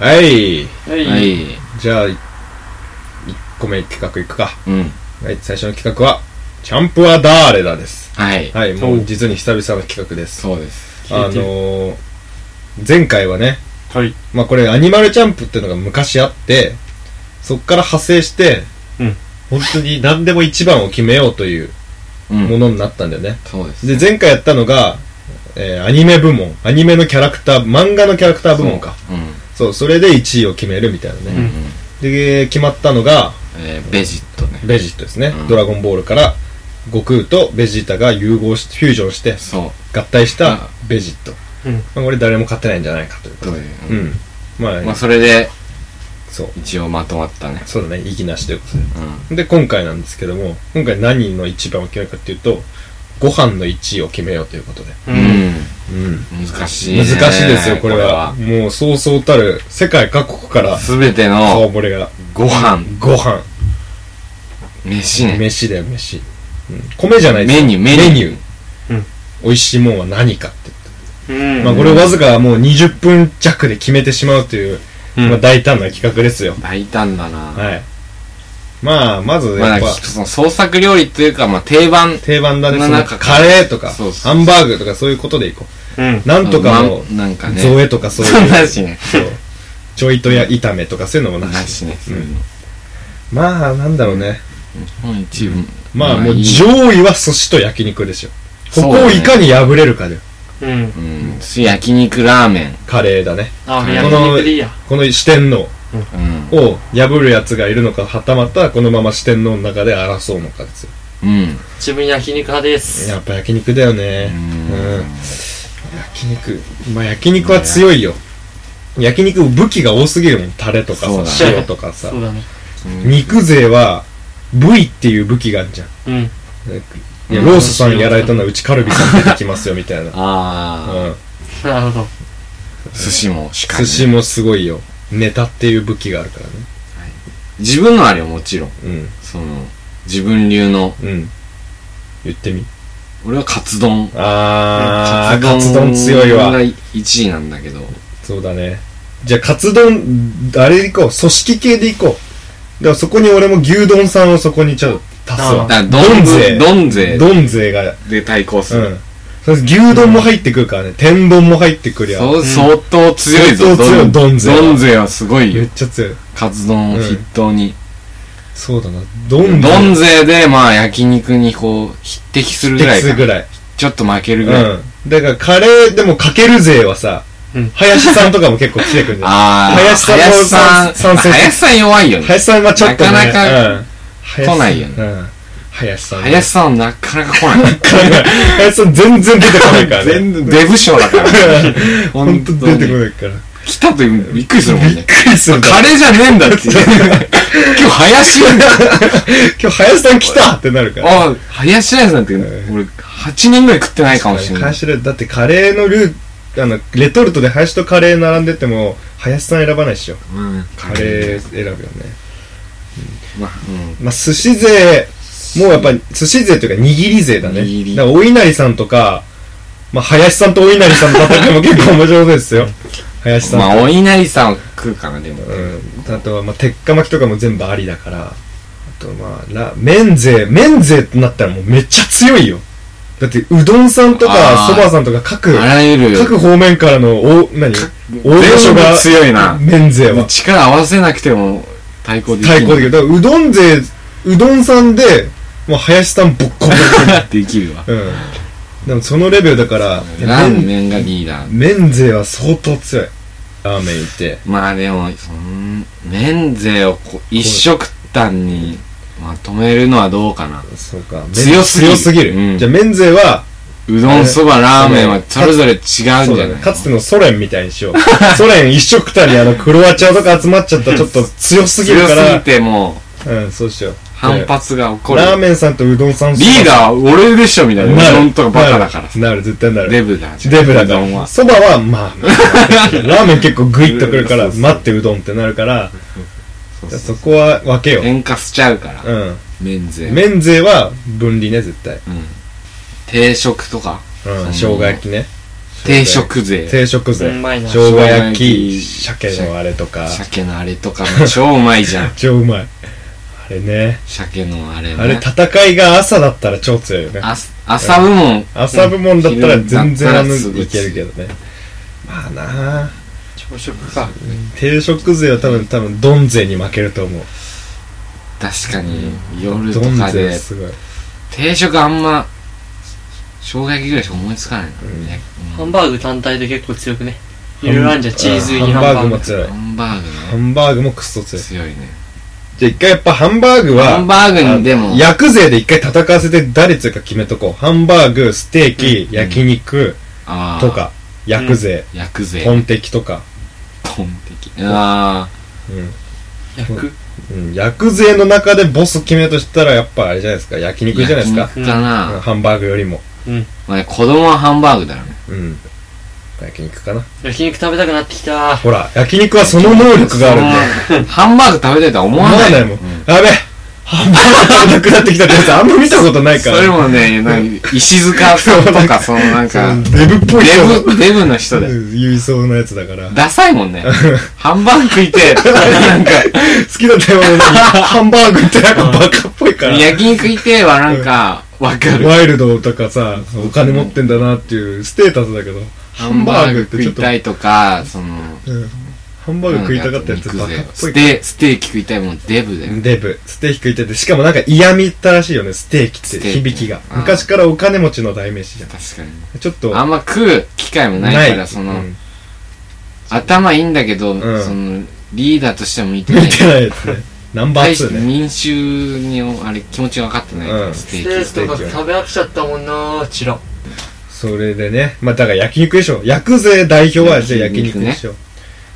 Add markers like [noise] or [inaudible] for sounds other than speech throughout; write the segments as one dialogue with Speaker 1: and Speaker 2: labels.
Speaker 1: はい。
Speaker 2: は。
Speaker 3: はいい。
Speaker 1: じゃあ、1個目企画いくか。
Speaker 3: うん。
Speaker 1: はい、最初の企画は、チャンプはダーレだです。
Speaker 3: はい。
Speaker 1: はい、もう実に久々の企画です。
Speaker 3: そうです。
Speaker 1: あのー、前回はね、
Speaker 2: はい。
Speaker 1: まあこれアニマルチャンプっていうのが昔あって、そっから派生して、
Speaker 2: うん
Speaker 1: 本当に何でも一番を決めようという
Speaker 3: う
Speaker 1: も
Speaker 3: ん。
Speaker 1: のになったんだよね。
Speaker 3: そうです。
Speaker 1: で、前回やったのが、えーアニメ部門、アニメのキャラクター、漫画のキャラクター部門か。
Speaker 3: うん。
Speaker 1: そう、それで1位を決めるみたいな
Speaker 3: うんう
Speaker 1: ね。
Speaker 3: ん。
Speaker 1: で、決まったのが、
Speaker 3: えーベジットね。
Speaker 1: ベジットですね。
Speaker 3: うん
Speaker 1: ドラゴンボールから、悟空とベジータが融合し、フュージョンして、
Speaker 3: そ
Speaker 1: 合体し
Speaker 3: うん
Speaker 1: たベジット。
Speaker 2: うん
Speaker 1: まあ、これ誰も勝てないんじゃないかという
Speaker 3: う。
Speaker 1: ことと
Speaker 3: い
Speaker 1: で。
Speaker 3: う。
Speaker 1: うん。まあ、
Speaker 3: まあ、それで、
Speaker 1: そう。
Speaker 3: 一応まとまったね。
Speaker 1: そうだね、意義なしということで。
Speaker 3: うん。
Speaker 1: で、今回なんですけども、今回何の一番を決めるかっていうと、ご飯の1位を決めようということで。
Speaker 2: う。
Speaker 3: うんん。
Speaker 1: うん。
Speaker 3: 難しいね。
Speaker 1: 難しいですよ、これは。もう、そうそうたる、世界各国から、
Speaker 3: すべて
Speaker 1: 顔
Speaker 3: の
Speaker 1: ぼれが、
Speaker 3: ご飯、
Speaker 1: ご飯、
Speaker 3: 飯ね。
Speaker 1: 飯だよ、飯。うん米じゃないです
Speaker 3: メニュー、メニュー。
Speaker 1: メニュー。
Speaker 2: うん
Speaker 1: 美味しいもんは何かって。
Speaker 2: うん。
Speaker 1: まあ、これわずかもう20分弱で決めてしまうという、
Speaker 2: うん
Speaker 1: まあ、大胆な企画ですよ。
Speaker 3: 大胆だな。
Speaker 1: はい。まあ、まず、
Speaker 3: ま
Speaker 1: や
Speaker 3: あ、
Speaker 1: っぱ、
Speaker 3: その創作料理というか、まあ、定番。
Speaker 1: 定番だね。
Speaker 3: まあ
Speaker 1: その
Speaker 3: なんか
Speaker 1: カレーとか
Speaker 3: そう、そう
Speaker 1: ハンバーグとかそういうことでいこ
Speaker 2: うん
Speaker 1: う。。なんとかの、
Speaker 3: まなんかね。
Speaker 1: ゾエとかそう
Speaker 3: そ
Speaker 1: い
Speaker 3: ん
Speaker 1: う。
Speaker 3: なしね。
Speaker 1: そう。ちょいとや炒めとかそういうのもな
Speaker 3: な
Speaker 1: し。
Speaker 3: しね。
Speaker 1: うんまあ、なんだろうね。
Speaker 3: うん、一部。
Speaker 1: まあ、もう
Speaker 3: いい
Speaker 1: 上位は寿司と焼肉でしょ。ここ
Speaker 3: そう
Speaker 1: を
Speaker 3: だね
Speaker 1: いかに破れるかで、
Speaker 2: うん。
Speaker 3: うん。す焼肉ラーメン。
Speaker 1: カレーだね。
Speaker 2: あ、
Speaker 3: この
Speaker 2: 焼肉でいいや。
Speaker 1: この四天王
Speaker 3: うん。
Speaker 1: を破る奴がいるのか、はたまたこのまま四天王の中で争うのかですよ。
Speaker 3: うん。
Speaker 2: 自分焼肉派です。
Speaker 1: やっぱ焼肉だよね。
Speaker 3: うん
Speaker 1: うん。焼肉。まあ焼肉は強いよ。焼肉武器が多すぎるもん。タレとか
Speaker 3: そうだ
Speaker 1: さ、
Speaker 2: ね
Speaker 1: 塩とかさ
Speaker 2: そ。うだね。
Speaker 1: 肉勢は、部位っていう武器があるじゃん。
Speaker 2: うん。 [laughs]
Speaker 1: いやロースさんやられたのはうちカルビさん出てきますよ、みたいな。
Speaker 3: あ
Speaker 1: うん。
Speaker 2: なるほど。
Speaker 3: あ、寿司もしか
Speaker 1: 寿
Speaker 3: り
Speaker 1: 司もすごいよ。ネタっていう武器があるからね。
Speaker 3: 自分のあれはもちろん。
Speaker 1: うん。
Speaker 3: その、自分流の、
Speaker 1: うん。言ってみ。
Speaker 3: 俺はカツ丼。
Speaker 1: あー、カツ丼強い
Speaker 3: が
Speaker 1: わ。
Speaker 3: 1位なんだけど。
Speaker 1: そうだね。じゃあ、カツ丼、あれでいこう。組織系でいこう。だからそこに俺も牛丼さんをそこにちょっと足すわ
Speaker 2: あ。
Speaker 3: だから
Speaker 1: 丼勢
Speaker 3: 丼勢。丼勢
Speaker 1: 丼勢が、
Speaker 3: で対抗す
Speaker 1: う
Speaker 3: る。
Speaker 1: ん。それ牛丼も入ってくるからね。天丼も入ってくりゃ。
Speaker 3: そう相当強い
Speaker 1: 相
Speaker 3: ぞ、
Speaker 1: 当強い丼勢は
Speaker 3: 丼勢はすごい
Speaker 1: め
Speaker 3: よ
Speaker 1: っ。ちゃ強い。
Speaker 3: カツ丼を筆頭に。
Speaker 1: そうだな。丼
Speaker 3: 丼
Speaker 1: 勢。
Speaker 3: 勢で、まあ、焼肉にこう、匹敵するぐらい
Speaker 1: 適すぐ
Speaker 3: か。
Speaker 1: らい。
Speaker 3: ちょっと負け
Speaker 1: う
Speaker 3: る
Speaker 1: ん
Speaker 3: ぐらい。。
Speaker 1: だから、カレー、でもかける勢はさ
Speaker 2: うん、
Speaker 1: 林さんとかも結構来てくるんじゃない
Speaker 3: ああ、
Speaker 1: 林さんも
Speaker 3: 林さん、
Speaker 1: 参戦
Speaker 3: 林さん弱いよね。
Speaker 1: 林さんはちょっとね。
Speaker 3: なかなか
Speaker 1: うん林さん
Speaker 3: 来ないよね
Speaker 1: うん。林さんね。
Speaker 3: 林さんなかなか来ない。
Speaker 1: [laughs] 林さん全然出てこないからね。
Speaker 3: [laughs] 全然、デブ賞だから。
Speaker 1: [laughs] 本当出てこ
Speaker 3: い。
Speaker 1: ないから。
Speaker 3: 来たとびっくりするもん
Speaker 1: びっ
Speaker 3: ね。
Speaker 1: くりするんだ
Speaker 3: カレーじゃねえ
Speaker 1: [laughs]
Speaker 3: んだっていう。今日林やんだ。
Speaker 1: 今日林さん来たってなるから。
Speaker 3: あ、林やんなんて、俺、8人ぐらい食ってないかもしれない。
Speaker 1: 林でだってカレーのルー、あの、レトルトで林とカレー並んでても、林さん選ばないっしょ。
Speaker 3: うん
Speaker 1: カレー選ぶよね。
Speaker 3: まあ、うん。
Speaker 1: まあ、寿司勢、もうやっぱり寿司勢というか握り勢だね。
Speaker 3: 握り
Speaker 1: だからお稲荷さんとか、まあ、林さんとお稲荷さんの戦いも結構面白そうです
Speaker 3: [laughs]
Speaker 1: よ。林さんと
Speaker 3: まあ、お稲荷さんは食うかな、でも。
Speaker 1: うん、あとはまあ鉄火巻きとかも全部ありだからあとまあラ麺勢麺勢ってなったらもうめっちゃ強いよだってうどんさんとか
Speaker 3: あー
Speaker 1: そばさんとか各
Speaker 3: あらゆる、
Speaker 1: 各方面からのお何大御所
Speaker 3: 全
Speaker 1: が
Speaker 3: 部強いな。
Speaker 1: 麺勢は
Speaker 3: 力合わせなくても対抗できる。
Speaker 1: 対抗できるだからうどん勢うどんさんでもう林さんボッコボコ
Speaker 3: [laughs] できるわ。
Speaker 1: にうんでもそのレベルだから
Speaker 3: ラー
Speaker 1: 麺
Speaker 3: メンがリーダー。
Speaker 1: 麺勢は相当強いラーメンいて
Speaker 3: まあでも、そん、免税をこう一食単にまとめるのはどうかな。
Speaker 1: そうか
Speaker 3: 強すぎる
Speaker 1: 強すぎる、
Speaker 3: うん
Speaker 1: じゃあ麺勢は
Speaker 3: うどん、そば、ラーメンはそれぞれ違うんじゃ
Speaker 1: そう
Speaker 3: な
Speaker 1: だ
Speaker 3: い
Speaker 1: ね。かつてのソ連みたいにしよう。 [laughs] ソ連一色単にあのクロアチアとか集まっちゃった
Speaker 3: [laughs]
Speaker 1: らちょっと強すぎる
Speaker 3: 強
Speaker 1: か
Speaker 3: すぎ
Speaker 1: ら。
Speaker 3: ても
Speaker 1: うん、そうしよう。
Speaker 3: う反発が起こる。
Speaker 1: ラーメンさんとうどんさん
Speaker 3: リーダーは俺でしょみたいな。うどんとかバカだからさ。
Speaker 1: なるなる、絶対なる。
Speaker 3: デブだ。
Speaker 1: デブだか
Speaker 3: うどん
Speaker 1: ら。
Speaker 3: は。
Speaker 1: そばは、まあ、
Speaker 3: [laughs]
Speaker 1: ラーメン結構グイッとくるから、
Speaker 3: そうそう
Speaker 1: 待ってうどんってなるから、
Speaker 3: そうそう
Speaker 1: そこは分けよ
Speaker 3: 喧嘩しちゃうから
Speaker 1: う。。うん。
Speaker 3: 免税。
Speaker 1: 麺勢は分離ね、絶対。
Speaker 3: 定食とか。
Speaker 1: うん、
Speaker 3: ん
Speaker 1: 生姜焼きね。
Speaker 3: 定食税。
Speaker 1: 定食税
Speaker 2: うまいな
Speaker 1: 生姜焼
Speaker 3: 生姜焼
Speaker 1: き
Speaker 3: き
Speaker 1: 鮭のあれとか。
Speaker 3: 鮭のあれとかも超うまいじゃん [laughs]
Speaker 1: 超うまいあれね
Speaker 3: 鮭のあれね。
Speaker 1: あれ戦いが朝だったら超強いよね
Speaker 3: あ朝部門。
Speaker 1: 朝部門だったら全然あの
Speaker 3: うん昼だったらすぐ
Speaker 1: いけるけどねまあなあ
Speaker 2: 朝食か。
Speaker 1: 定食税は多分多分ドン税に負けると思う
Speaker 3: 確かに、夜と
Speaker 1: ドン
Speaker 3: か
Speaker 1: 税
Speaker 3: で、
Speaker 1: すごい
Speaker 3: 定食あんま、生姜焼きぐらいしか思いつかないな。
Speaker 1: うん
Speaker 3: ね
Speaker 2: ハンバーグ単体で結構強くね。いろいろあんじゃん。チーズ入り
Speaker 1: ハ
Speaker 2: ハ
Speaker 1: ンバーグ
Speaker 2: ンバー
Speaker 1: も
Speaker 2: グ。
Speaker 1: 強い
Speaker 3: ハンバーグ
Speaker 1: ハンバーグもクソ強
Speaker 3: の
Speaker 1: い
Speaker 3: 強いね。
Speaker 1: じゃあ一回やっぱハンバーグは
Speaker 3: ハンバーグにでも、
Speaker 1: 薬税で一回戦わせて誰強いか決めとこうハンバーグステーキ、
Speaker 3: うん
Speaker 1: 焼肉
Speaker 3: あー
Speaker 1: と。か薬税、
Speaker 3: 薬税。
Speaker 1: ト
Speaker 3: トン
Speaker 1: ンテキとか
Speaker 3: 的。あ
Speaker 1: うん
Speaker 2: 焼く
Speaker 1: うん、薬税の中でボス決めるとしたらやっぱあれじゃないですか焼
Speaker 3: ー。
Speaker 1: 肉じゃないですか、
Speaker 3: 焼肉かな。
Speaker 1: うんハンバーグよりも
Speaker 3: まあね、子供はハンバーグだろうね。
Speaker 1: うん焼肉かな
Speaker 2: 焼肉食べたくなってきた。
Speaker 1: ほら焼肉はその能力があるんだよ
Speaker 3: そのハンバーグ食べたいとは思わない。
Speaker 1: 思わないもん
Speaker 3: うん
Speaker 1: やべえハンバーグがなくなってきたってやつあんま見たことないか
Speaker 3: そ
Speaker 1: ら
Speaker 3: れもね、なんか、石塚さんとか、そのな
Speaker 1: [laughs]
Speaker 3: ん
Speaker 1: そ
Speaker 3: か、
Speaker 1: のデブっぽい人
Speaker 3: デブ、デブの人だよ。
Speaker 1: うん言いそうなやつだから
Speaker 3: ダサいもんね。ハンバーグ食い
Speaker 1: [laughs]
Speaker 3: て、なんか、
Speaker 1: 好きだったよ俺ハンバーグってなんかバカっぽいから
Speaker 3: 焼肉いてはなんか、わかる。
Speaker 1: ワイルドとかさお金持ってんだなっていうステータスだけど
Speaker 3: ハンバーグ食い
Speaker 1: ハ
Speaker 3: たいとか、その、
Speaker 1: うんハンバーグ食いたかったやつバカっぽ
Speaker 3: ス
Speaker 1: いから
Speaker 3: テ、ステーキ食いたいもん、デブだよ。
Speaker 1: デブステーキ食いててしかもなんか嫌みったらしいよねステーキ
Speaker 3: ス
Speaker 1: っ
Speaker 3: テ
Speaker 1: て
Speaker 3: ーキ
Speaker 1: 響きが
Speaker 3: あー
Speaker 1: 昔からお金持ちの代名詞じゃ
Speaker 3: 確かに。
Speaker 1: んちょっと
Speaker 3: あんま食う機会もないから、その
Speaker 1: う、ん
Speaker 3: 頭いいんだけど、
Speaker 1: ん
Speaker 3: その、リーダーとしても見て
Speaker 1: 見
Speaker 3: ない。
Speaker 1: てないやつねナンバー
Speaker 3: 大して
Speaker 1: 2ね
Speaker 3: 民衆に、あれ、気持ちが分かってないか
Speaker 1: うん
Speaker 3: ら、ステ
Speaker 2: ス
Speaker 3: ー
Speaker 2: テ
Speaker 3: キ。
Speaker 2: ーキとか食べ飽きちゃったもんなうちら。
Speaker 1: それでねまあだから焼肉でしょ薬税代表はじゃあ焼
Speaker 3: 焼
Speaker 1: 肉
Speaker 3: 肉ね
Speaker 1: でしょ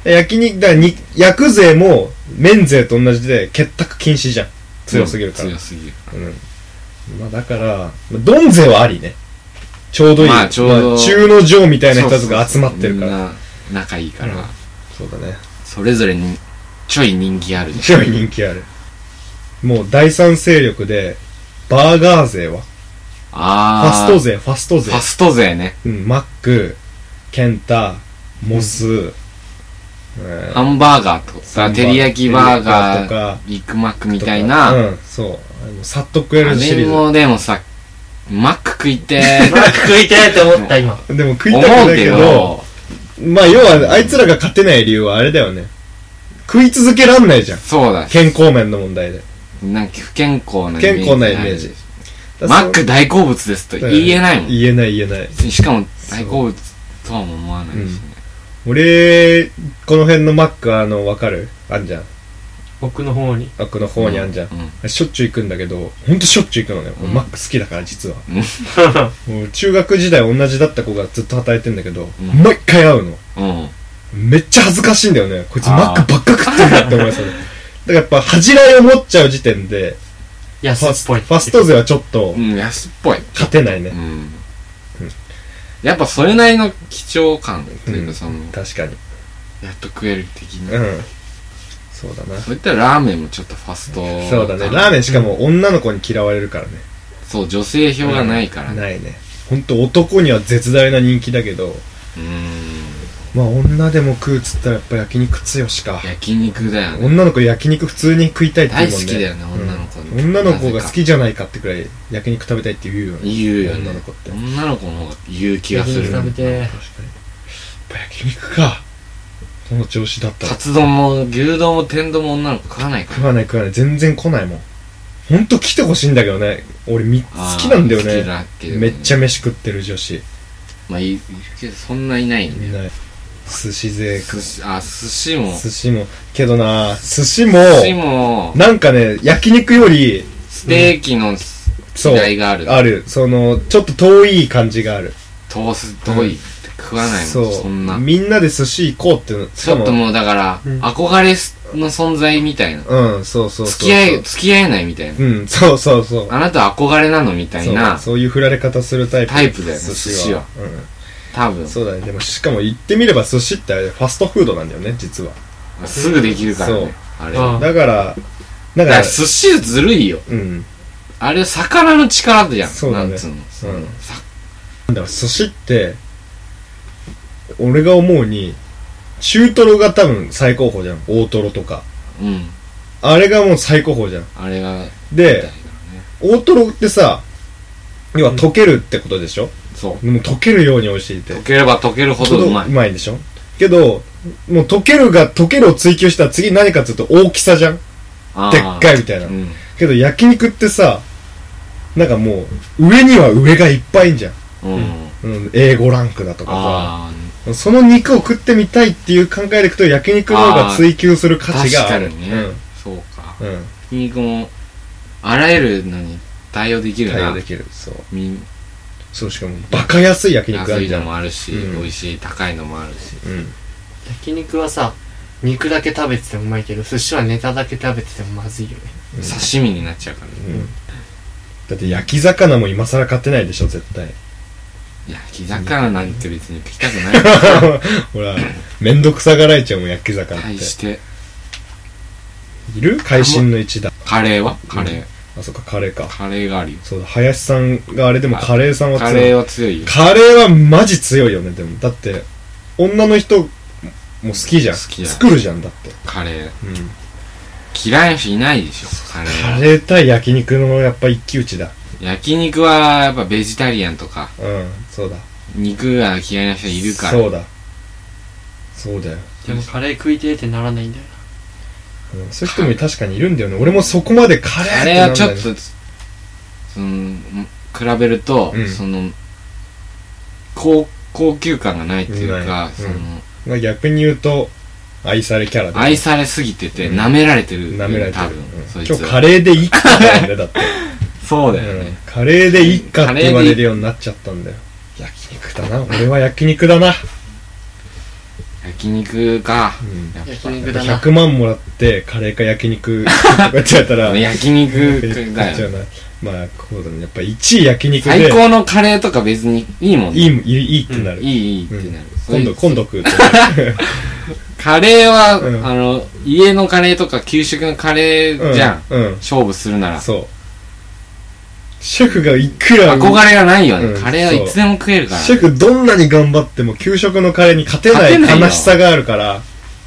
Speaker 1: 焼肉だからに薬税も免税と同じで結託禁止じゃん強すぎるから
Speaker 3: 強すぎる。
Speaker 1: まあだから、まあドンゼはありね。ちょうどいい。
Speaker 3: まあちょうど
Speaker 1: まあ中の上みたいな人たちが集まってるから。
Speaker 3: ら。みんな仲いいから、
Speaker 1: うんそうだね。
Speaker 3: それぞれに、ちょい人気あるね。
Speaker 1: 強い人気ある。もう第三勢力で、バーガー勢はファ
Speaker 3: あ
Speaker 1: ス
Speaker 3: ー。
Speaker 1: ト勢、ファスト勢
Speaker 3: ファ。スト勢ね。
Speaker 1: うん、マック、ケンタ、モス、うん
Speaker 3: ハンバーガーとか、照り焼きバー
Speaker 1: と
Speaker 3: ガー、
Speaker 1: か、
Speaker 3: ビッグマックみたい
Speaker 1: と
Speaker 3: な、
Speaker 1: かうん、そう。あのさっと食え
Speaker 3: あ
Speaker 1: るシリ
Speaker 3: れ
Speaker 1: ー
Speaker 3: もでもさ、マック食いてー
Speaker 2: マック食いてーって思った今。
Speaker 1: ズ。でも [laughs] 食い
Speaker 3: 思
Speaker 1: たくな
Speaker 3: う
Speaker 1: いけ
Speaker 3: け
Speaker 1: ど、
Speaker 3: ど、
Speaker 1: まあ要は、あいつらが勝てない理由はあれだよね。食い続けらんないじゃん。
Speaker 3: そうだ、
Speaker 1: 健康面の問題で。
Speaker 3: なんか不健康なイメージ。
Speaker 1: 健康なイメージ。
Speaker 3: マック大好物ですと言えないもん。
Speaker 1: 言えない言えない。
Speaker 3: しかも大好物とはも思わないしね。
Speaker 1: 俺、この辺のマックあの、わかるあんじゃん。
Speaker 2: 奥の方に。
Speaker 1: [laughs] マックの方にあんじゃん。
Speaker 3: う
Speaker 1: しょっちゅう行くんだけど、ほんとしょっちゅう行くのね。俺
Speaker 3: うん
Speaker 1: マック好きだから、実は。もう中学時代同じだった子がずっと働いてんだけど、
Speaker 3: うん
Speaker 1: 毎回会うの。
Speaker 3: うん。
Speaker 1: めっちゃ恥ずかしいんだよね。こいつマ
Speaker 3: あー
Speaker 1: ックばっか食ってんだって思い
Speaker 3: [laughs]
Speaker 1: ますよね。だからやっぱ恥じらいを持っちゃう時点で、フ
Speaker 2: 安っ
Speaker 1: ァス
Speaker 2: ぽい。
Speaker 1: ファスト勢はちょっと
Speaker 3: うん。うん、安っぽい。
Speaker 1: 勝てないね
Speaker 3: う。ん。やっぱそれなりの貴重感という
Speaker 1: うん
Speaker 3: か、その、
Speaker 1: 確かに。
Speaker 3: やっと食える的
Speaker 1: う
Speaker 3: な。
Speaker 1: ん。そうだな。
Speaker 3: そういったらラーメンもちょっとファスト。
Speaker 1: そうだね。ラーメンしかも女の子に嫌われるからね。
Speaker 3: そう、女性票がないからね。
Speaker 1: ないね。ほんと男には絶大な人気だけど、
Speaker 3: うん。
Speaker 1: まあ女でも食うっつったらやっぱ焼肉強しか。
Speaker 3: 焼肉だよね。
Speaker 1: 女の子焼肉普通に食いたいって言うもんね。
Speaker 3: 大好きだよね
Speaker 1: うん
Speaker 3: 女の子
Speaker 1: 女の子が好きじゃないかってくらい焼肉食べたいって言うよね。
Speaker 3: 言うよね。
Speaker 1: 女の子って。
Speaker 3: 女の子の方が言う気がす
Speaker 2: 焼肉食
Speaker 3: る。
Speaker 2: べて
Speaker 1: 確かに。やっぱ焼肉か。この調子だったら
Speaker 3: カ。ツ丼も牛丼も天丼も女の子食わないから。
Speaker 1: 食わない食わない。全然来ないもん。ほんと来てほしいんだけどね。俺み好
Speaker 3: あー
Speaker 1: きなんだよ
Speaker 3: 好き
Speaker 1: ね。
Speaker 3: だけどね
Speaker 1: めっちゃ飯食ってる女子。
Speaker 3: まあいいいるけどそんないないんだ
Speaker 1: い
Speaker 3: よ
Speaker 1: ない。寿司勢
Speaker 3: 寿司あ寿司も
Speaker 1: 寿司もけどな寿司も
Speaker 3: 寿司も
Speaker 1: なんかね焼肉より
Speaker 3: ステーキの
Speaker 1: そう
Speaker 3: 嫌いがある
Speaker 1: あるそのちょっと遠い感じがある
Speaker 3: トーストいって食わない
Speaker 1: そ
Speaker 3: もん
Speaker 1: う
Speaker 3: そんな
Speaker 1: みんなで寿司行こうっていうのし
Speaker 3: ち
Speaker 1: か
Speaker 3: ょっ
Speaker 1: も
Speaker 3: ともうだから
Speaker 2: うん
Speaker 3: 憧れの存在みたいな
Speaker 1: うんそうそうそう
Speaker 3: 付き合い付き合えないみたいな
Speaker 1: うんそうそうそう
Speaker 3: あなた憧れなのみたい
Speaker 1: そう
Speaker 3: な
Speaker 1: そういう振られ方するタイプ
Speaker 3: タイプだよね
Speaker 1: 寿
Speaker 3: 寿
Speaker 1: 司
Speaker 3: 司
Speaker 1: は
Speaker 3: は多分
Speaker 1: うん、そうだねでもしかも言ってみれば寿司ってあれファストフードなんだよね実は
Speaker 3: すぐできるから
Speaker 1: そう
Speaker 3: ねあれ
Speaker 2: うん
Speaker 3: だ
Speaker 1: だからだか
Speaker 3: からら寿司ずるいよ
Speaker 1: うん
Speaker 3: あれ魚の力じゃん
Speaker 1: そうだ
Speaker 3: な
Speaker 1: ね
Speaker 3: んつうのその
Speaker 1: うん
Speaker 3: さ
Speaker 1: なんだろう寿司って俺が思うに、中トロが多分最高峰じゃん。大トロとか。
Speaker 3: うん。
Speaker 1: あれがもう最高峰じゃん。
Speaker 3: あれが、みたい
Speaker 1: で
Speaker 3: なね、
Speaker 1: 大トロってさ、要は溶けるってことでしょ、
Speaker 3: そう。
Speaker 1: もう溶けるように美味しいって。
Speaker 3: 溶ければ溶けるほどうまい。
Speaker 1: でしょけど、もう溶けるが、溶けるを追求したら次何かっていうと大きさじゃん
Speaker 3: あー
Speaker 1: でっかいみたいな。
Speaker 3: うん。
Speaker 1: けど焼肉ってさ、なんかもう、上には上がいっぱいいんじゃん。
Speaker 3: うん。
Speaker 1: うん、A5 ランクだとか
Speaker 3: ああ、
Speaker 1: さ。その肉を食ってみたいっていう考えでいくと焼肉の方が追求する価値
Speaker 3: 確
Speaker 1: があ
Speaker 3: か
Speaker 1: る。
Speaker 3: にね。そうか。
Speaker 1: うん。うん。
Speaker 3: ひき肉も、あらゆるのに対応できる
Speaker 1: 対応
Speaker 3: な
Speaker 1: で。きる。そう。
Speaker 3: み
Speaker 1: そう、しかも、バカ安い焼肉あ
Speaker 3: 安
Speaker 1: る
Speaker 3: い
Speaker 1: じゃ
Speaker 3: の
Speaker 1: ん。
Speaker 3: もあるし、
Speaker 1: うん
Speaker 3: 美味しい高いのもあるし。
Speaker 1: うん。
Speaker 2: 焼肉はさ、肉だけ食べててもうまいけど、寿司はネタだけ食べててもまずいよね。
Speaker 1: うん
Speaker 3: 刺身になっちゃうからね。
Speaker 1: うんだって焼き魚も今更買ってないでしょ、絶
Speaker 3: [laughs]
Speaker 1: 対。
Speaker 3: 焼き魚なんて別に食いたくない。
Speaker 1: ほら、めんどくさがらいちゃうもん、焼き魚っ
Speaker 3: 対
Speaker 1: て。
Speaker 3: して、
Speaker 1: いる会心の一打。
Speaker 3: カレーはカレー。
Speaker 1: あ、そっか、カレーか。
Speaker 3: カレーがあるよ。
Speaker 1: そうだ、林さんがあれでもカレーさんは
Speaker 3: カ
Speaker 1: 強い
Speaker 3: レー。は強いよ。
Speaker 1: カレーはマジ強いよね、でも。だって、女の人も好きじゃん。
Speaker 3: 好きだ
Speaker 1: 作るじゃん、だって。
Speaker 3: カレー。
Speaker 1: うん。
Speaker 3: 嫌いな人いないでしょ、カレー
Speaker 1: カ
Speaker 3: は。
Speaker 1: レー対焼肉のやっぱ一騎打ちだ。
Speaker 3: 焼肉はやっぱベジタリアンとか、
Speaker 1: うん、そうだ。
Speaker 3: 肉が嫌いな人いるから。
Speaker 1: そうだ。そうだよ。
Speaker 2: でもカレー食いてえってならないんだよ
Speaker 1: うんそういう人も確かにいるんだよね。俺もそこまでカレー
Speaker 3: あ
Speaker 1: って
Speaker 3: れ
Speaker 1: な
Speaker 3: は
Speaker 1: ん
Speaker 3: ち
Speaker 1: だ
Speaker 3: ょ
Speaker 1: よ
Speaker 3: っ
Speaker 1: ね
Speaker 3: と、その、ん比べると、
Speaker 1: うん
Speaker 3: その、高、高級感がないっていう
Speaker 1: な
Speaker 3: か、
Speaker 1: い
Speaker 3: その、
Speaker 1: うまあ逆に言うと、愛されキャラだ
Speaker 3: 愛されすぎてて、
Speaker 1: うん
Speaker 3: 舐められてる。
Speaker 1: 舐められて
Speaker 3: 多
Speaker 1: る
Speaker 3: 分、。
Speaker 1: う
Speaker 3: そ
Speaker 1: ん
Speaker 3: いつ
Speaker 1: 今
Speaker 3: は。
Speaker 1: 日カレーでいいかって言われ
Speaker 3: [laughs]
Speaker 1: るんだよね、
Speaker 3: そうだよ
Speaker 1: だって。うん
Speaker 3: ね。
Speaker 1: カレーでいいかって言われるようになっちゃったんだよ。焼肉だな。俺は焼肉だな。
Speaker 3: 焼肉か。
Speaker 1: うん
Speaker 3: やっ
Speaker 2: 焼
Speaker 3: ぱ
Speaker 2: 肉だな。
Speaker 1: 100万もらってカレーか焼肉とかやっちゃったら
Speaker 3: [laughs]
Speaker 1: [laughs]
Speaker 3: 焼肉だよ。
Speaker 1: なまあこうだねやっぱ1位焼肉で
Speaker 3: 最高のカレーとか別にいいもん
Speaker 1: いい
Speaker 3: ね。
Speaker 1: いいいいってなる、
Speaker 3: いい、いいってなる。そい
Speaker 1: 今
Speaker 3: つ
Speaker 1: 度今度食うと
Speaker 3: カレーは、
Speaker 1: うん
Speaker 3: あの、家のカレーとか給食のカレー [laughs] じゃん。
Speaker 1: うん、うん
Speaker 3: 勝負するなら。
Speaker 1: そうシェフがいくら
Speaker 3: 憧れがないよね。
Speaker 1: うん
Speaker 3: カレーはいつでも食えるから。
Speaker 1: シェフどんなに頑張っても給食のカレーに勝てない
Speaker 3: 勝てないよ
Speaker 1: 悲しさがあるから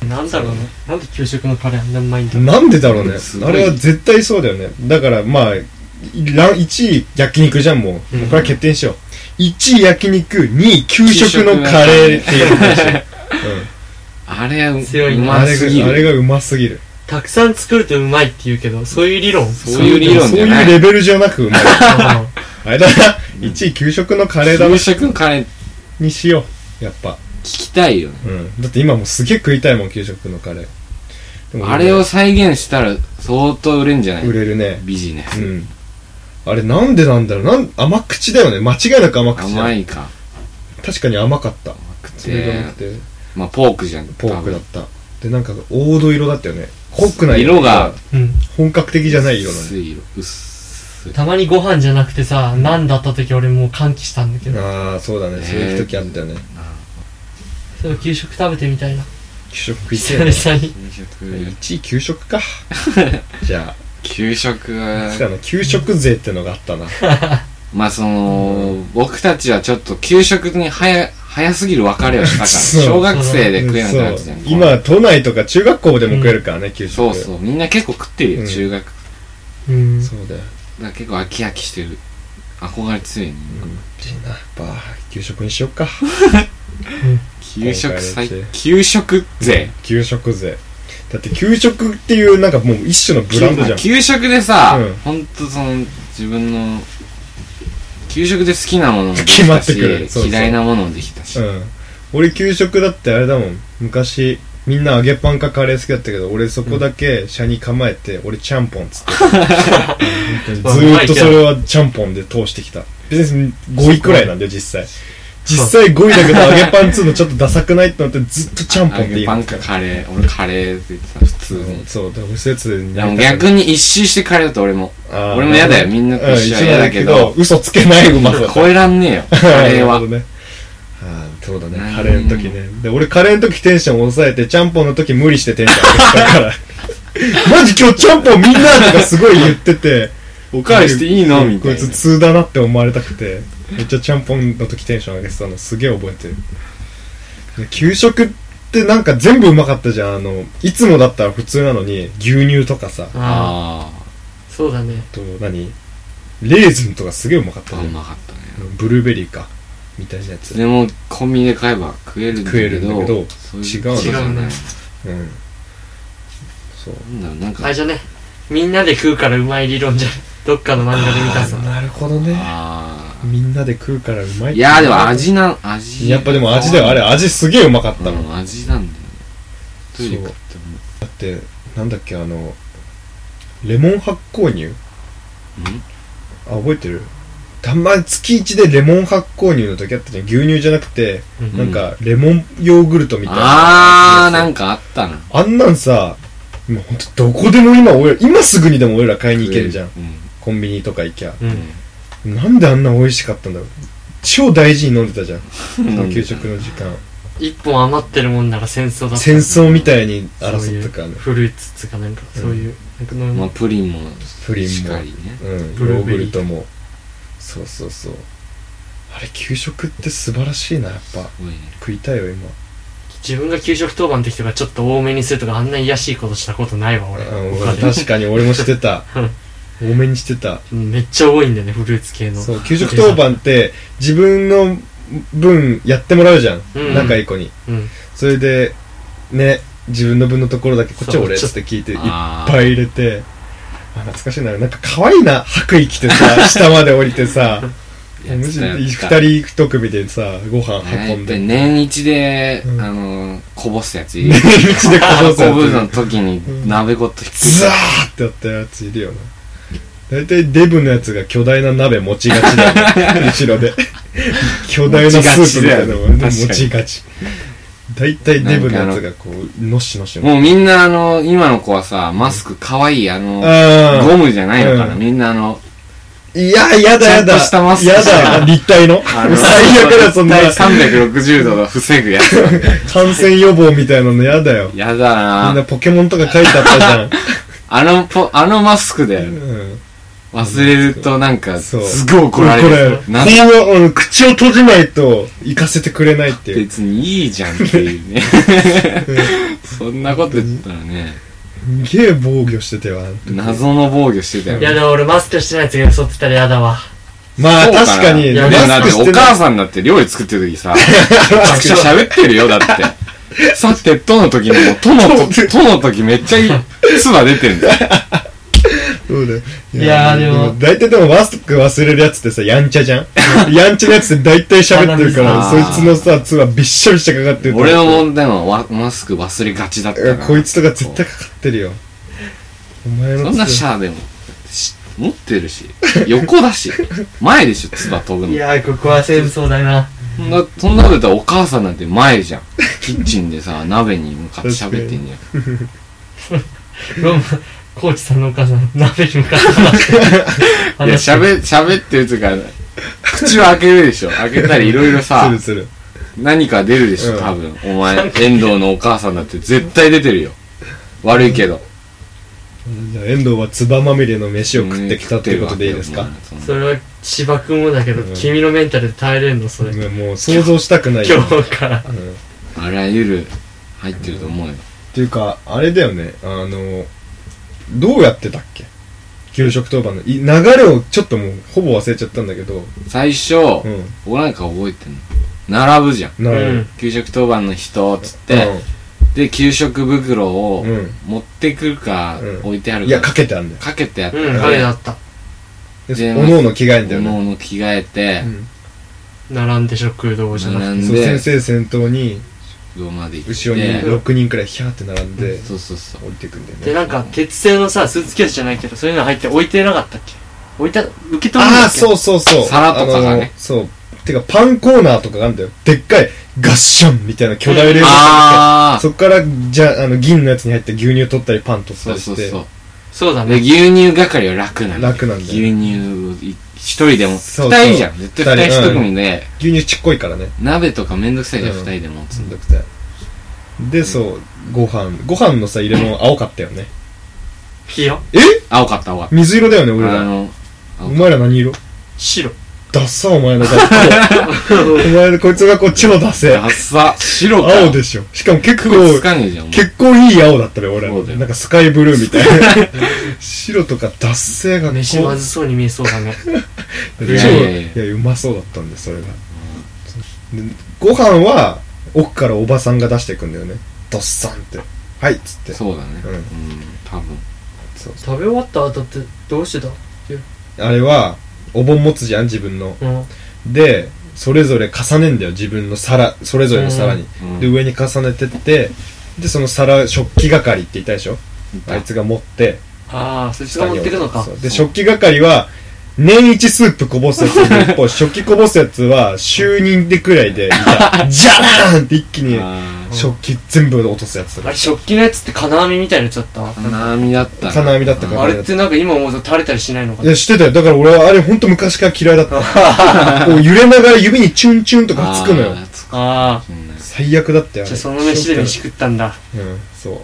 Speaker 2: なんだろうね。なんで給食のカレーあんなうまいんだろう。
Speaker 1: なんでだろうね、
Speaker 3: うんすごい
Speaker 1: あれは絶対そうだよねだからまあ1位焼肉じゃんもう、
Speaker 2: うん
Speaker 1: これは決定にしよう1位焼肉2位給食のカレーっていうのにし
Speaker 3: [laughs]
Speaker 1: よう、うん
Speaker 3: あれはう
Speaker 2: 強いね
Speaker 3: う
Speaker 1: あ
Speaker 3: ま
Speaker 1: れ
Speaker 3: すぎ
Speaker 1: があれ
Speaker 3: る。
Speaker 1: がうますぎる
Speaker 2: たくさん作るとうまいって言うけど、そういう理論。
Speaker 3: そういう理論じゃない
Speaker 1: そういうレベルじゃなくうまい
Speaker 2: あ
Speaker 1: あれだな1位給食のカレーだな
Speaker 3: 給食のカレー聞
Speaker 1: にしようやっぱ、
Speaker 3: きたいよね。
Speaker 1: うん、だって今もうすげえ食いたいもん給食のカレーでも
Speaker 3: あれを再現したら相当売れんじゃない
Speaker 1: 売れるね
Speaker 3: ビジネス
Speaker 1: う。んあれなんでなんだろうなん甘口だよね間違いなく甘口だ
Speaker 3: 甘いか。
Speaker 1: 確かに甘かったそれが
Speaker 3: で
Speaker 1: なくて
Speaker 3: まあ、ポークじゃん。
Speaker 1: ポークだ
Speaker 3: 多
Speaker 1: っ
Speaker 3: 分
Speaker 1: たでなんか黄土色だったよね濃くない
Speaker 3: 色が
Speaker 2: の [laughs] うん。
Speaker 1: 本格的じゃない色な
Speaker 3: 薄い色。薄い。
Speaker 2: たまにご飯じゃなくてさ、何だった時俺もう歓喜したんだけど。
Speaker 1: のああそうだねそういう時あったよね
Speaker 2: それ給食食べてみたいな。
Speaker 1: 給食食いて
Speaker 2: 久
Speaker 1: えな
Speaker 2: 々に。
Speaker 3: 給食。
Speaker 1: 1位給食
Speaker 3: [laughs]
Speaker 1: かじゃ
Speaker 3: 給食
Speaker 1: あつか
Speaker 3: は、
Speaker 1: の給食税ってのがあったな
Speaker 3: まあその、僕たちはちょっと給食に早、早すぎる別れをしたか
Speaker 1: [laughs]
Speaker 3: ら、
Speaker 1: そう
Speaker 3: 小学生で食えなく
Speaker 1: そ
Speaker 3: な
Speaker 1: う
Speaker 3: ってたよ
Speaker 1: 今都内とか中学校でも食えるからね、給食
Speaker 3: そうそう、みんな結構食ってるよ、
Speaker 1: うん
Speaker 3: 中学。だか
Speaker 2: うん。
Speaker 1: そうだよ
Speaker 3: ら結構飽き飽きしてる。憧れ強いね。
Speaker 1: いいなやっぱ給食にしよっか
Speaker 3: 給食最
Speaker 1: 憧れ強い、
Speaker 3: 給食税。
Speaker 1: 給食税だって給食っていうなんかもう一種のブランドじゃん
Speaker 3: 給食でさ
Speaker 1: うん、
Speaker 3: ほんとその、自分の、給食で好きなものもでき
Speaker 1: 決ま
Speaker 3: た
Speaker 1: って
Speaker 3: し、
Speaker 1: くるそうそう
Speaker 3: 嫌いなものもできたし
Speaker 1: う。ん俺給食だってあれだもん昔みんな揚げパンかカレー好きだったけど俺そこだけ車に構えて、俺ちゃんぽんっつって
Speaker 3: [laughs]
Speaker 1: た
Speaker 2: まあ
Speaker 1: ずーっとそれはちゃんぽんで通してきた別に5位くらいなんだよ実際実際5位だけ
Speaker 3: [laughs]
Speaker 1: ど揚げパンっつうのちょっとダサくないってなってずっとちゃんぽん
Speaker 3: 揚
Speaker 1: で言
Speaker 3: げ
Speaker 1: う
Speaker 3: パンかカレー。俺カレーって言ってた、普通に。
Speaker 1: そうだから嘘やつ
Speaker 3: でも逆に一周してカレーだと俺も。俺も嫌だよみんなと
Speaker 1: 一
Speaker 3: 一
Speaker 1: 緒
Speaker 3: 緒は嫌だけど
Speaker 1: 嘘つけないうまさだ
Speaker 3: 超えらんねえよ。カレーは
Speaker 1: [laughs] なるほ。どねあーそうだね
Speaker 3: うん
Speaker 1: カレーの時ねで俺カレーの時テンション抑えてちゃんぽんの時無理してテンション上げてたから [laughs] マジ今日ちゃんぽんみんなとかすごい言ってて
Speaker 3: おかわりしていいのみたいな
Speaker 1: こいつ通だなって思われたくてめっちゃちゃんぽんの時テンション上げてたのすげえ覚えてる給食ってなんか全部うまかったじゃんあのいつもだったら普通なのに牛乳とかさあ
Speaker 2: ああ
Speaker 3: あ
Speaker 2: そうだね
Speaker 1: と何レーズンとかすげえうまかっ
Speaker 3: あ
Speaker 1: た
Speaker 3: う
Speaker 1: ね
Speaker 3: まかったね
Speaker 1: ブルーベリーかみたいなやつ
Speaker 3: でもコンビニで買えば食えるんだ
Speaker 1: 食え
Speaker 3: け
Speaker 1: るんだ
Speaker 3: ど
Speaker 1: けど
Speaker 3: そういう
Speaker 1: 違う
Speaker 3: こ
Speaker 1: の
Speaker 3: とじゃない
Speaker 2: 違うね
Speaker 1: うんそう
Speaker 3: なんだろうなんか
Speaker 2: あれじゃねみんなで食うからうまい理論じゃんどっかの漫画で見た
Speaker 1: あ
Speaker 2: ぞ
Speaker 1: ーなるほどね
Speaker 3: あ
Speaker 1: みんなで食うからうま
Speaker 3: ー
Speaker 1: い
Speaker 3: いやーでも味な味
Speaker 1: やっぱでも味だよあれ味すげえうまかった
Speaker 3: う
Speaker 1: の、だ
Speaker 3: ん味なんだよねトイレ食って
Speaker 1: ってなんだっけあのレモン発酵乳
Speaker 3: もん
Speaker 1: あ覚えてるたまに月1でレモン発酵乳の時あったじゃん牛乳じゃなくて、
Speaker 2: うん
Speaker 1: なんかレモンヨーグルトみたいな
Speaker 3: あーなんかあったな
Speaker 1: あんなんさもうほんとどこでも今俺ら今すぐにでも俺ら買いに行けるじゃん
Speaker 3: 食える
Speaker 1: コンビニとか行きゃ
Speaker 2: う
Speaker 3: うん
Speaker 2: ん
Speaker 1: なんであんな美味しかったんだろう超大事に飲んでたじゃんその給食の時間
Speaker 2: 一本余ってるもんなら戦争だった
Speaker 1: 戦争みたいに
Speaker 2: そう
Speaker 1: 争
Speaker 2: い
Speaker 1: っ
Speaker 2: う
Speaker 1: たからね
Speaker 2: フルーツっつうかなんか
Speaker 1: うん
Speaker 2: そういうなんか飲み
Speaker 3: まあ
Speaker 2: 物
Speaker 3: プリンも
Speaker 1: プリンも
Speaker 3: しかりね
Speaker 1: うん、
Speaker 2: ブル
Speaker 1: ヨ
Speaker 2: ー
Speaker 1: ー
Speaker 2: ベ
Speaker 1: グ
Speaker 2: リー
Speaker 1: ルトもそうそうそうあれ給食って素晴らしいなやっぱ
Speaker 3: すごいね
Speaker 1: 食いたいよ今
Speaker 2: 自分が給食当番の時とかちょっと多めにするとかあんな癒やしいことしたことないわ俺
Speaker 1: うん
Speaker 2: 他
Speaker 1: 俺
Speaker 2: で
Speaker 1: 確かに俺もしてた多めにしてた
Speaker 2: うんめっちゃ多いんだよねフルーツ系の
Speaker 1: そう給食当番って自分の分やってもらうじゃん、
Speaker 2: うん
Speaker 1: 仲いい子に
Speaker 2: うん
Speaker 1: それでね自分の分のところだけこっちは俺っ
Speaker 2: そう
Speaker 1: つって聞いていっぱ
Speaker 3: あ
Speaker 1: い入れてあ懐かしいななんか可愛いな白衣着て
Speaker 3: [laughs]
Speaker 1: さ下まで降りてさ
Speaker 3: ーや
Speaker 1: 無
Speaker 3: って
Speaker 1: 事
Speaker 3: たやって
Speaker 1: 二
Speaker 3: た
Speaker 1: 人一組でさご飯
Speaker 3: ねやっ
Speaker 1: 運ん
Speaker 3: ぱ
Speaker 1: [laughs] で
Speaker 3: り年一で、
Speaker 1: うん
Speaker 3: あのこぼすやつ
Speaker 1: 道でこぼすや
Speaker 3: こぼすの
Speaker 1: つ
Speaker 3: 時に鍋ごとひっくり
Speaker 1: ズワーってやったやついるよな大体デブのやつが巨大な鍋持ちがちだよ
Speaker 3: [laughs]
Speaker 1: ね後ろで巨大なスープみたいなのが
Speaker 3: 持ちがちだよね確かに
Speaker 1: 持ちがち大体デブのやつがこうのしのし
Speaker 3: もうみんなあの今の子はさマスクかわいいあの
Speaker 1: あ
Speaker 3: ゴムじゃないのかな、
Speaker 1: うん
Speaker 3: みんなあ
Speaker 1: あ
Speaker 3: の
Speaker 1: いややだや
Speaker 3: ちゃん
Speaker 1: だ
Speaker 3: としたマスク
Speaker 1: や
Speaker 3: [laughs]
Speaker 1: だ立体の
Speaker 3: あ
Speaker 1: [laughs] 最
Speaker 3: の
Speaker 1: 悪だそんな
Speaker 3: 絶対360度が防ぐやつ
Speaker 1: 感染予防みたいなのやだよ
Speaker 3: やだな
Speaker 1: みんなポケモンとか書いてあったじゃん
Speaker 3: あのポあのマスクだよ、
Speaker 1: うん
Speaker 3: 忘れるとなんか
Speaker 1: そ
Speaker 3: す
Speaker 1: う
Speaker 3: ごい怒られる
Speaker 1: こ
Speaker 3: なん
Speaker 1: れこううん口を閉じないと行かせてくれないっていう
Speaker 3: 別にいいじゃんっていうね [laughs] そんなこと言ったらね
Speaker 1: すげえ防御してたよあの時
Speaker 3: 謎の防御してたよ
Speaker 2: いやでも俺マスクしてないやつが嘘ってたらやだわ
Speaker 1: まあ
Speaker 3: そう
Speaker 1: 確
Speaker 3: な
Speaker 1: かに
Speaker 2: いや
Speaker 3: でもだ
Speaker 1: マ
Speaker 3: っ
Speaker 1: スク
Speaker 3: て
Speaker 1: して
Speaker 3: お
Speaker 1: ない
Speaker 3: 母さんだって料理作ってる
Speaker 1: [laughs]
Speaker 3: 時さ、めちゃくちゃ喋ってるよ、だって。さて、との時にもう、と
Speaker 1: [laughs]
Speaker 3: のと、との時めっちゃいい、唾出てるんだよ。
Speaker 1: そうだよ
Speaker 2: いやーでも
Speaker 1: 大体でもマスク忘れるやつってさやんちゃじゃんやんちゃなやつって大体喋ってるから
Speaker 3: あ
Speaker 1: そい
Speaker 3: ー
Speaker 1: つのさつはびっしょびしょかかってると
Speaker 3: 俺もでもわマスク忘れがちだった
Speaker 1: いや
Speaker 3: な
Speaker 1: こいつとか絶対かかってるよお前
Speaker 3: そ
Speaker 1: の
Speaker 3: んなシ
Speaker 1: つ
Speaker 3: ャーでも、し持ってるし、横だし、前でしょ、唾飛ぶ
Speaker 2: い
Speaker 3: の。
Speaker 2: やーここは戦争だな
Speaker 3: そんな、そんなこと言ったらお母さんなんて前じゃん。キッチンでさ、鍋に向かって喋ってんじゃん。
Speaker 2: ロンコーチさんのお母さん鍋に向かって話して
Speaker 3: いや、
Speaker 2: 話して
Speaker 3: 喋、喋ってるとか、口を開けるでしょ。開けたりいろいろさ、
Speaker 1: る [laughs] する
Speaker 3: 何か出るでしょ、
Speaker 1: うん
Speaker 3: 多分。お前、遠藤のお母さんだって絶対出てるよ。悪いけど。
Speaker 1: じゃあ遠藤はつばまみれの飯を食ってきたということでいいですか
Speaker 3: うん食って
Speaker 2: そ
Speaker 3: るわ
Speaker 2: れは芝君もだけど、
Speaker 1: うん
Speaker 2: 君のメンタルで耐えれんのそれ、
Speaker 1: うんもう想像したくないよ
Speaker 2: 今日から
Speaker 1: うんっ
Speaker 3: けよあらゆる、入ってると思うよ。
Speaker 1: ていうかあれだよねあのどうやってたっけ給食当番のい流れをちょっともうほぼ忘れちゃったんだけど
Speaker 3: 最初、
Speaker 1: うん
Speaker 3: 俺なんか覚えてんの。並ぶじゃん。
Speaker 1: なるほど
Speaker 2: うん
Speaker 3: 給食当番の人、つって、で、給食袋を
Speaker 1: うん
Speaker 3: 持ってくるか
Speaker 1: うん、
Speaker 3: 置いてあ
Speaker 1: う
Speaker 3: る
Speaker 1: んい
Speaker 3: か、
Speaker 1: やかけてあんだよ
Speaker 3: かけてやって、
Speaker 2: うん彼だった
Speaker 1: で
Speaker 3: で
Speaker 1: おのおの着替えんだ
Speaker 3: お
Speaker 1: よ
Speaker 3: の
Speaker 1: ね、
Speaker 3: おの着替えて
Speaker 1: う、ん
Speaker 2: 並んで食堂じゃなくて
Speaker 3: 並ん
Speaker 1: そう
Speaker 3: で
Speaker 1: 先、生先頭に
Speaker 3: 後ろまで行って、
Speaker 1: 後ろに6人くらいヒャーって並んで
Speaker 3: そうそうそう。
Speaker 1: 降りてくんだよね
Speaker 2: でなんか鉄製のさスーツケースじゃないけどそういうの入って置いてなかったっけ置いた受け取るんだっ
Speaker 1: あ
Speaker 2: け
Speaker 1: あそうそうそう
Speaker 3: 皿とか
Speaker 1: あ
Speaker 3: がね
Speaker 1: のそうてかパンコーナーとかがあるんだよでっかいガッシャンみたいな巨大冷蔵庫があってそ
Speaker 3: あー
Speaker 1: っからじゃあの銀のやつに入って牛乳取ったりパン取っ
Speaker 3: そ
Speaker 1: た
Speaker 3: う
Speaker 1: り
Speaker 3: そ
Speaker 1: し
Speaker 3: う
Speaker 1: て
Speaker 3: そう。
Speaker 2: そうだ
Speaker 3: で、
Speaker 2: ね
Speaker 3: 牛乳係は楽なんだよ
Speaker 1: 楽なんだよ
Speaker 3: 牛乳い、一人でも、
Speaker 1: そうそう
Speaker 3: 二人じゃん。絶対二
Speaker 1: 二人
Speaker 3: 人一組で、
Speaker 1: 牛乳ちっこいからね
Speaker 3: 鍋とかめんどくさいじゃん、
Speaker 1: うん
Speaker 3: 二人でも。
Speaker 1: めんどくさいでそうご飯ご飯のさ入れ物青かったよね
Speaker 2: 黄色
Speaker 1: え
Speaker 3: 青かった、青かっ
Speaker 1: 水色だよね
Speaker 3: た。
Speaker 1: 俺
Speaker 3: あ
Speaker 1: ら
Speaker 3: の、
Speaker 1: [laughs] お前ら何色
Speaker 2: 白
Speaker 1: ダッサお前の学
Speaker 3: [laughs]
Speaker 1: 校お前のこいつがこっちの出せ
Speaker 3: ダッサ、白か。
Speaker 1: 青でしょしかも結構
Speaker 3: つかねえじゃん。
Speaker 1: 結
Speaker 3: 結
Speaker 1: 構いい青だったね俺
Speaker 3: そうだよ
Speaker 1: なんかスカイブルーみたいな白とか脱性がこう
Speaker 2: 飯まずそうに見えそうだね。
Speaker 1: 超
Speaker 3: いやいやいや
Speaker 1: いやうまそうだったんでそれが、でご飯は奥からおばさんが出してくんだよねドッサンってはいっつって
Speaker 3: そうだね。
Speaker 1: う
Speaker 3: うんん、多分。
Speaker 1: そう
Speaker 4: 食べ終わった後ってどうしてた
Speaker 1: あれはお盆持つじゃん自分の
Speaker 4: うん。
Speaker 1: でそれぞれ重ねんだよ自分の皿それぞれの皿に、
Speaker 3: うん
Speaker 1: で上に重ねてってでその皿食器係って言ったでしょあいつが持って
Speaker 2: ああ、そっちが持ってくのか
Speaker 1: そ。うで食器係は年一スープこぼすやつが
Speaker 2: [laughs]
Speaker 1: 一方食器こぼすやつは就任でくらいでいたじゃーんって一気に
Speaker 3: あ
Speaker 1: 食器全部落とすやつ
Speaker 2: あれ、食器のやつって金網みたいになっちゃった。
Speaker 3: ー金網だったな。
Speaker 1: 金網だったか
Speaker 2: あれってなんか今思うと垂れたりしないのか
Speaker 1: い
Speaker 2: な
Speaker 1: やしてたよだから俺はあれほんと昔から嫌いだった
Speaker 2: [laughs]
Speaker 1: こう揺れながら指にチュンチュンとかつくのよ
Speaker 3: あーつく
Speaker 2: あ
Speaker 3: うんな
Speaker 1: 最悪だったよ
Speaker 2: あ、
Speaker 1: あ
Speaker 2: じゃ
Speaker 1: れ
Speaker 2: あその飯で飯食ったんだ。
Speaker 1: うんそう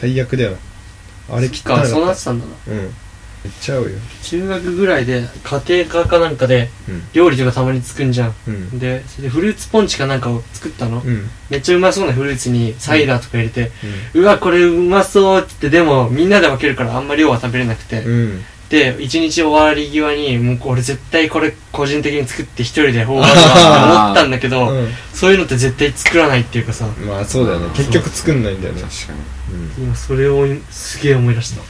Speaker 1: 最悪だよあれ
Speaker 2: そっ
Speaker 1: 汚
Speaker 2: か、そう
Speaker 1: い
Speaker 2: なってたんだな。
Speaker 1: うん言っちゃうよ
Speaker 2: 中学ぐらいで、家庭科かなんかで
Speaker 1: うん、
Speaker 2: 料理とかたまに作んじゃん。
Speaker 1: うん
Speaker 2: で、それでフルーツポンチかなんかを作ったの。
Speaker 1: うんうん
Speaker 2: めっちゃうまそうなフルーツにサイダーとか入れて、うわ、これうまそうって言って、でもみんなで分けるからあんま量は食べれなくて。
Speaker 1: うん
Speaker 2: で、一日終わり際に、もう俺絶対これ個人的に作って一人で頬張るわって思ったんだけど、
Speaker 1: う
Speaker 2: そういうのって絶対作らないっていうかさ、
Speaker 1: んまあそうだよね結局作んないんだよね
Speaker 3: 確かに。
Speaker 1: うん
Speaker 2: 今それをすげえ思い出した。
Speaker 1: うん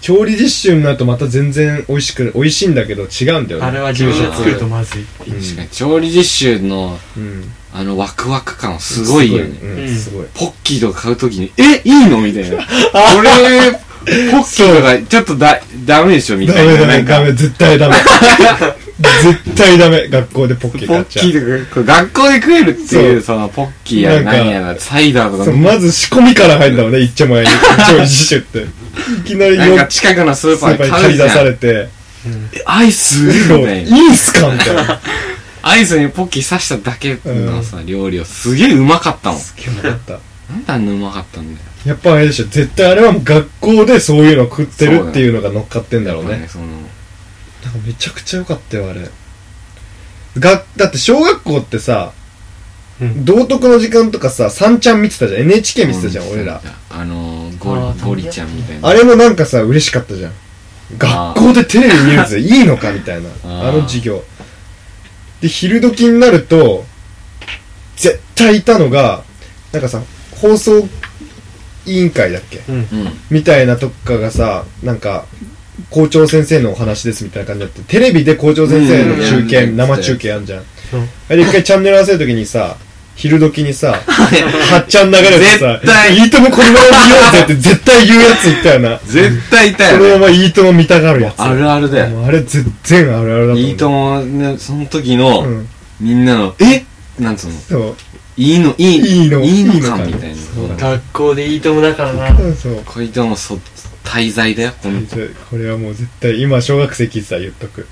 Speaker 1: 調理実習になるとまた全然美味しく美味しいんだけど違うんだよね
Speaker 2: あれは自分で作るとまずい。
Speaker 1: うん
Speaker 3: 確かに、調理実習の、
Speaker 1: うん
Speaker 3: あの、ワクワク感すごいよね。
Speaker 1: うん
Speaker 2: うん
Speaker 1: すごい
Speaker 3: ポッキーとか買うときに、え、いいのみたい [laughs] な。これ、ポッキーとか、ちょっとだ、ダメでしょみ
Speaker 1: ダ
Speaker 3: たい
Speaker 1: メ
Speaker 3: な。
Speaker 1: ダ
Speaker 3: な
Speaker 1: メ
Speaker 3: んか
Speaker 1: ダメ絶対ダメ絶対ダメ学校でポッキー
Speaker 3: ポ
Speaker 1: 買
Speaker 3: ッ
Speaker 1: っちゃ
Speaker 3: キーとか、これ学校で食えるっていう、その、ポッキーや
Speaker 1: なんか
Speaker 3: 何やら、サイダーと
Speaker 1: う
Speaker 3: か
Speaker 1: そうまず仕込みから入るんだもんね一丁前に調理実習っていきなり
Speaker 3: なん
Speaker 1: よ
Speaker 3: か近くのスー
Speaker 1: ス
Speaker 3: パー
Speaker 1: ーパー
Speaker 3: で
Speaker 1: に
Speaker 3: 買
Speaker 1: 借
Speaker 3: う
Speaker 1: り
Speaker 3: じゃ
Speaker 1: 出さ
Speaker 3: ん。
Speaker 1: れて
Speaker 3: アイスみ
Speaker 1: そう
Speaker 3: た
Speaker 1: い
Speaker 3: いな。
Speaker 1: いっすかみたいな
Speaker 3: アイスにポッキー刺しただけのさ、料理をすげえうまかったもん。
Speaker 1: すげえなかった
Speaker 3: なんであんなうまかったんだよ。
Speaker 1: やっぱあれでしょ絶対あれはもう学校でそういうの食ってるっていうのが乗っかってんだろうね
Speaker 3: やっぱその、
Speaker 1: なんかめちゃくちゃ良かったよあれがだって小学校ってさ、
Speaker 2: うん
Speaker 1: 道徳の時間とかさ三ちゃん見てたじゃん NHK 見てたじゃん俺ら。
Speaker 3: あのー、ゴ
Speaker 2: あ
Speaker 3: リ、
Speaker 2: ー
Speaker 3: ゴリちゃんみたいな。
Speaker 1: あれもなんかさ嬉しかったじゃん
Speaker 3: あー
Speaker 1: 学校でテレビ見るぜいいのかみたいな
Speaker 3: あー
Speaker 1: あの授業で昼時になると絶対いたのがなんかさ放送委員会だっけ
Speaker 3: [laughs] うん。
Speaker 1: みたいなとかがさなんか校長先生のお話ですみたいな感じになってテレビで校長先生の中継、
Speaker 3: うん
Speaker 1: 生中継あんじゃん、
Speaker 2: ん
Speaker 1: あれ一回チャンネル合わせるときにさ昼時にさはっちゃん流れてさ
Speaker 3: 絶対 [laughs]
Speaker 1: いいともこのまま見ようぜって絶対言うやついたよな
Speaker 3: 絶対いた
Speaker 1: そ
Speaker 3: よ、ね。
Speaker 1: のままいいとも見たがるやつ
Speaker 3: あるあるだよ。
Speaker 1: もうあれ全然あるあるだと思う
Speaker 3: いいとも、ね、その時の、
Speaker 1: うん
Speaker 3: みんなの、えなんつうの、
Speaker 1: そう
Speaker 3: いいの、いい、
Speaker 1: いいの
Speaker 3: いいの
Speaker 1: いいの
Speaker 3: か
Speaker 1: か
Speaker 3: みたいな。
Speaker 1: そうだね
Speaker 2: 学校でいいともだからな。
Speaker 1: うんそう
Speaker 3: こいとも、そ、滞在だよ、ほんと。
Speaker 1: これはもう絶対今小学生聞いてたら言っとく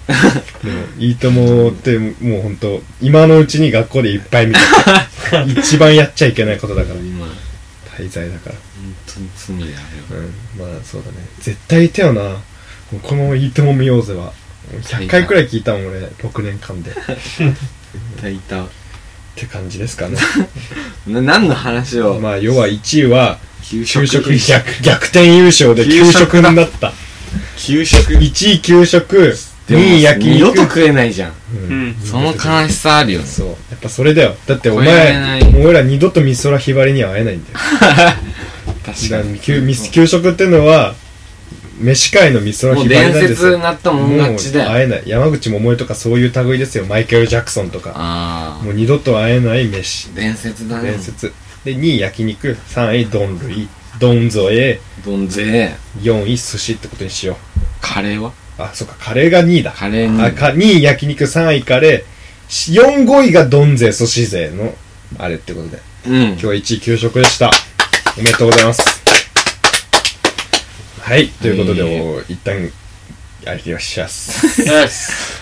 Speaker 1: でも「いいとも」ってもう本当今のうちに学校でいっぱい見て
Speaker 3: [laughs]
Speaker 1: る一番やっちゃいけないことだから
Speaker 3: 今、ほん
Speaker 1: 滞在だから
Speaker 3: とに罪だよ。
Speaker 1: うんまあそうだね絶対いたよなもうこの「いいとも見ようぜは」100回くらい聞いたもん俺6年間でっ
Speaker 3: 絶対いた。
Speaker 1: て感じですかね
Speaker 3: な、何の話を、
Speaker 1: まあ要は1位は
Speaker 3: 給
Speaker 1: 給食
Speaker 3: 給食、
Speaker 1: 逆逆転優勝で給
Speaker 3: 給
Speaker 1: 食
Speaker 3: 食
Speaker 1: に
Speaker 3: だ
Speaker 1: なった
Speaker 3: 給食
Speaker 1: 1位給食
Speaker 3: で
Speaker 1: 2
Speaker 3: も
Speaker 1: 位焼
Speaker 3: 二度と
Speaker 1: 肉
Speaker 3: 食えないじゃん。
Speaker 1: う
Speaker 2: うんん。
Speaker 3: その悲しさあるよね。
Speaker 1: そう。やっぱそれだよ。だってお
Speaker 3: 超えれな
Speaker 1: 前
Speaker 3: い、
Speaker 1: 俺ら二度と美空ひばりには会えないんだよ。
Speaker 3: 確か
Speaker 1: だ
Speaker 3: に。
Speaker 1: からみ給食ってのは、飯会の美空
Speaker 3: も
Speaker 1: ひ
Speaker 3: う
Speaker 1: ばり
Speaker 3: 伝
Speaker 1: なんです
Speaker 3: 説
Speaker 1: よ。
Speaker 3: になったもん勝ちだよ。
Speaker 1: 会えない。山口百恵とかそういう類ですよ。マイケル・ジャクソンとか。
Speaker 3: あ
Speaker 1: もう二度と会えない飯。
Speaker 3: あ、伝説だね。
Speaker 1: 伝説。で、2位焼肉、3位丼類、丼添え、
Speaker 3: どんぜ
Speaker 1: 4位寿司ってことにしよう。
Speaker 3: カレーは
Speaker 1: あ、そっか、カレーが2位だ。
Speaker 3: カレーに。
Speaker 1: あか2位焼肉、3位カレー、4、5位が丼勢、寿司勢の、あれってことで。
Speaker 3: うん。
Speaker 1: 今日1位給食でしたおめでとうございますはいということで、
Speaker 3: はい
Speaker 1: お一旦ありがとうございます [laughs]
Speaker 2: よし。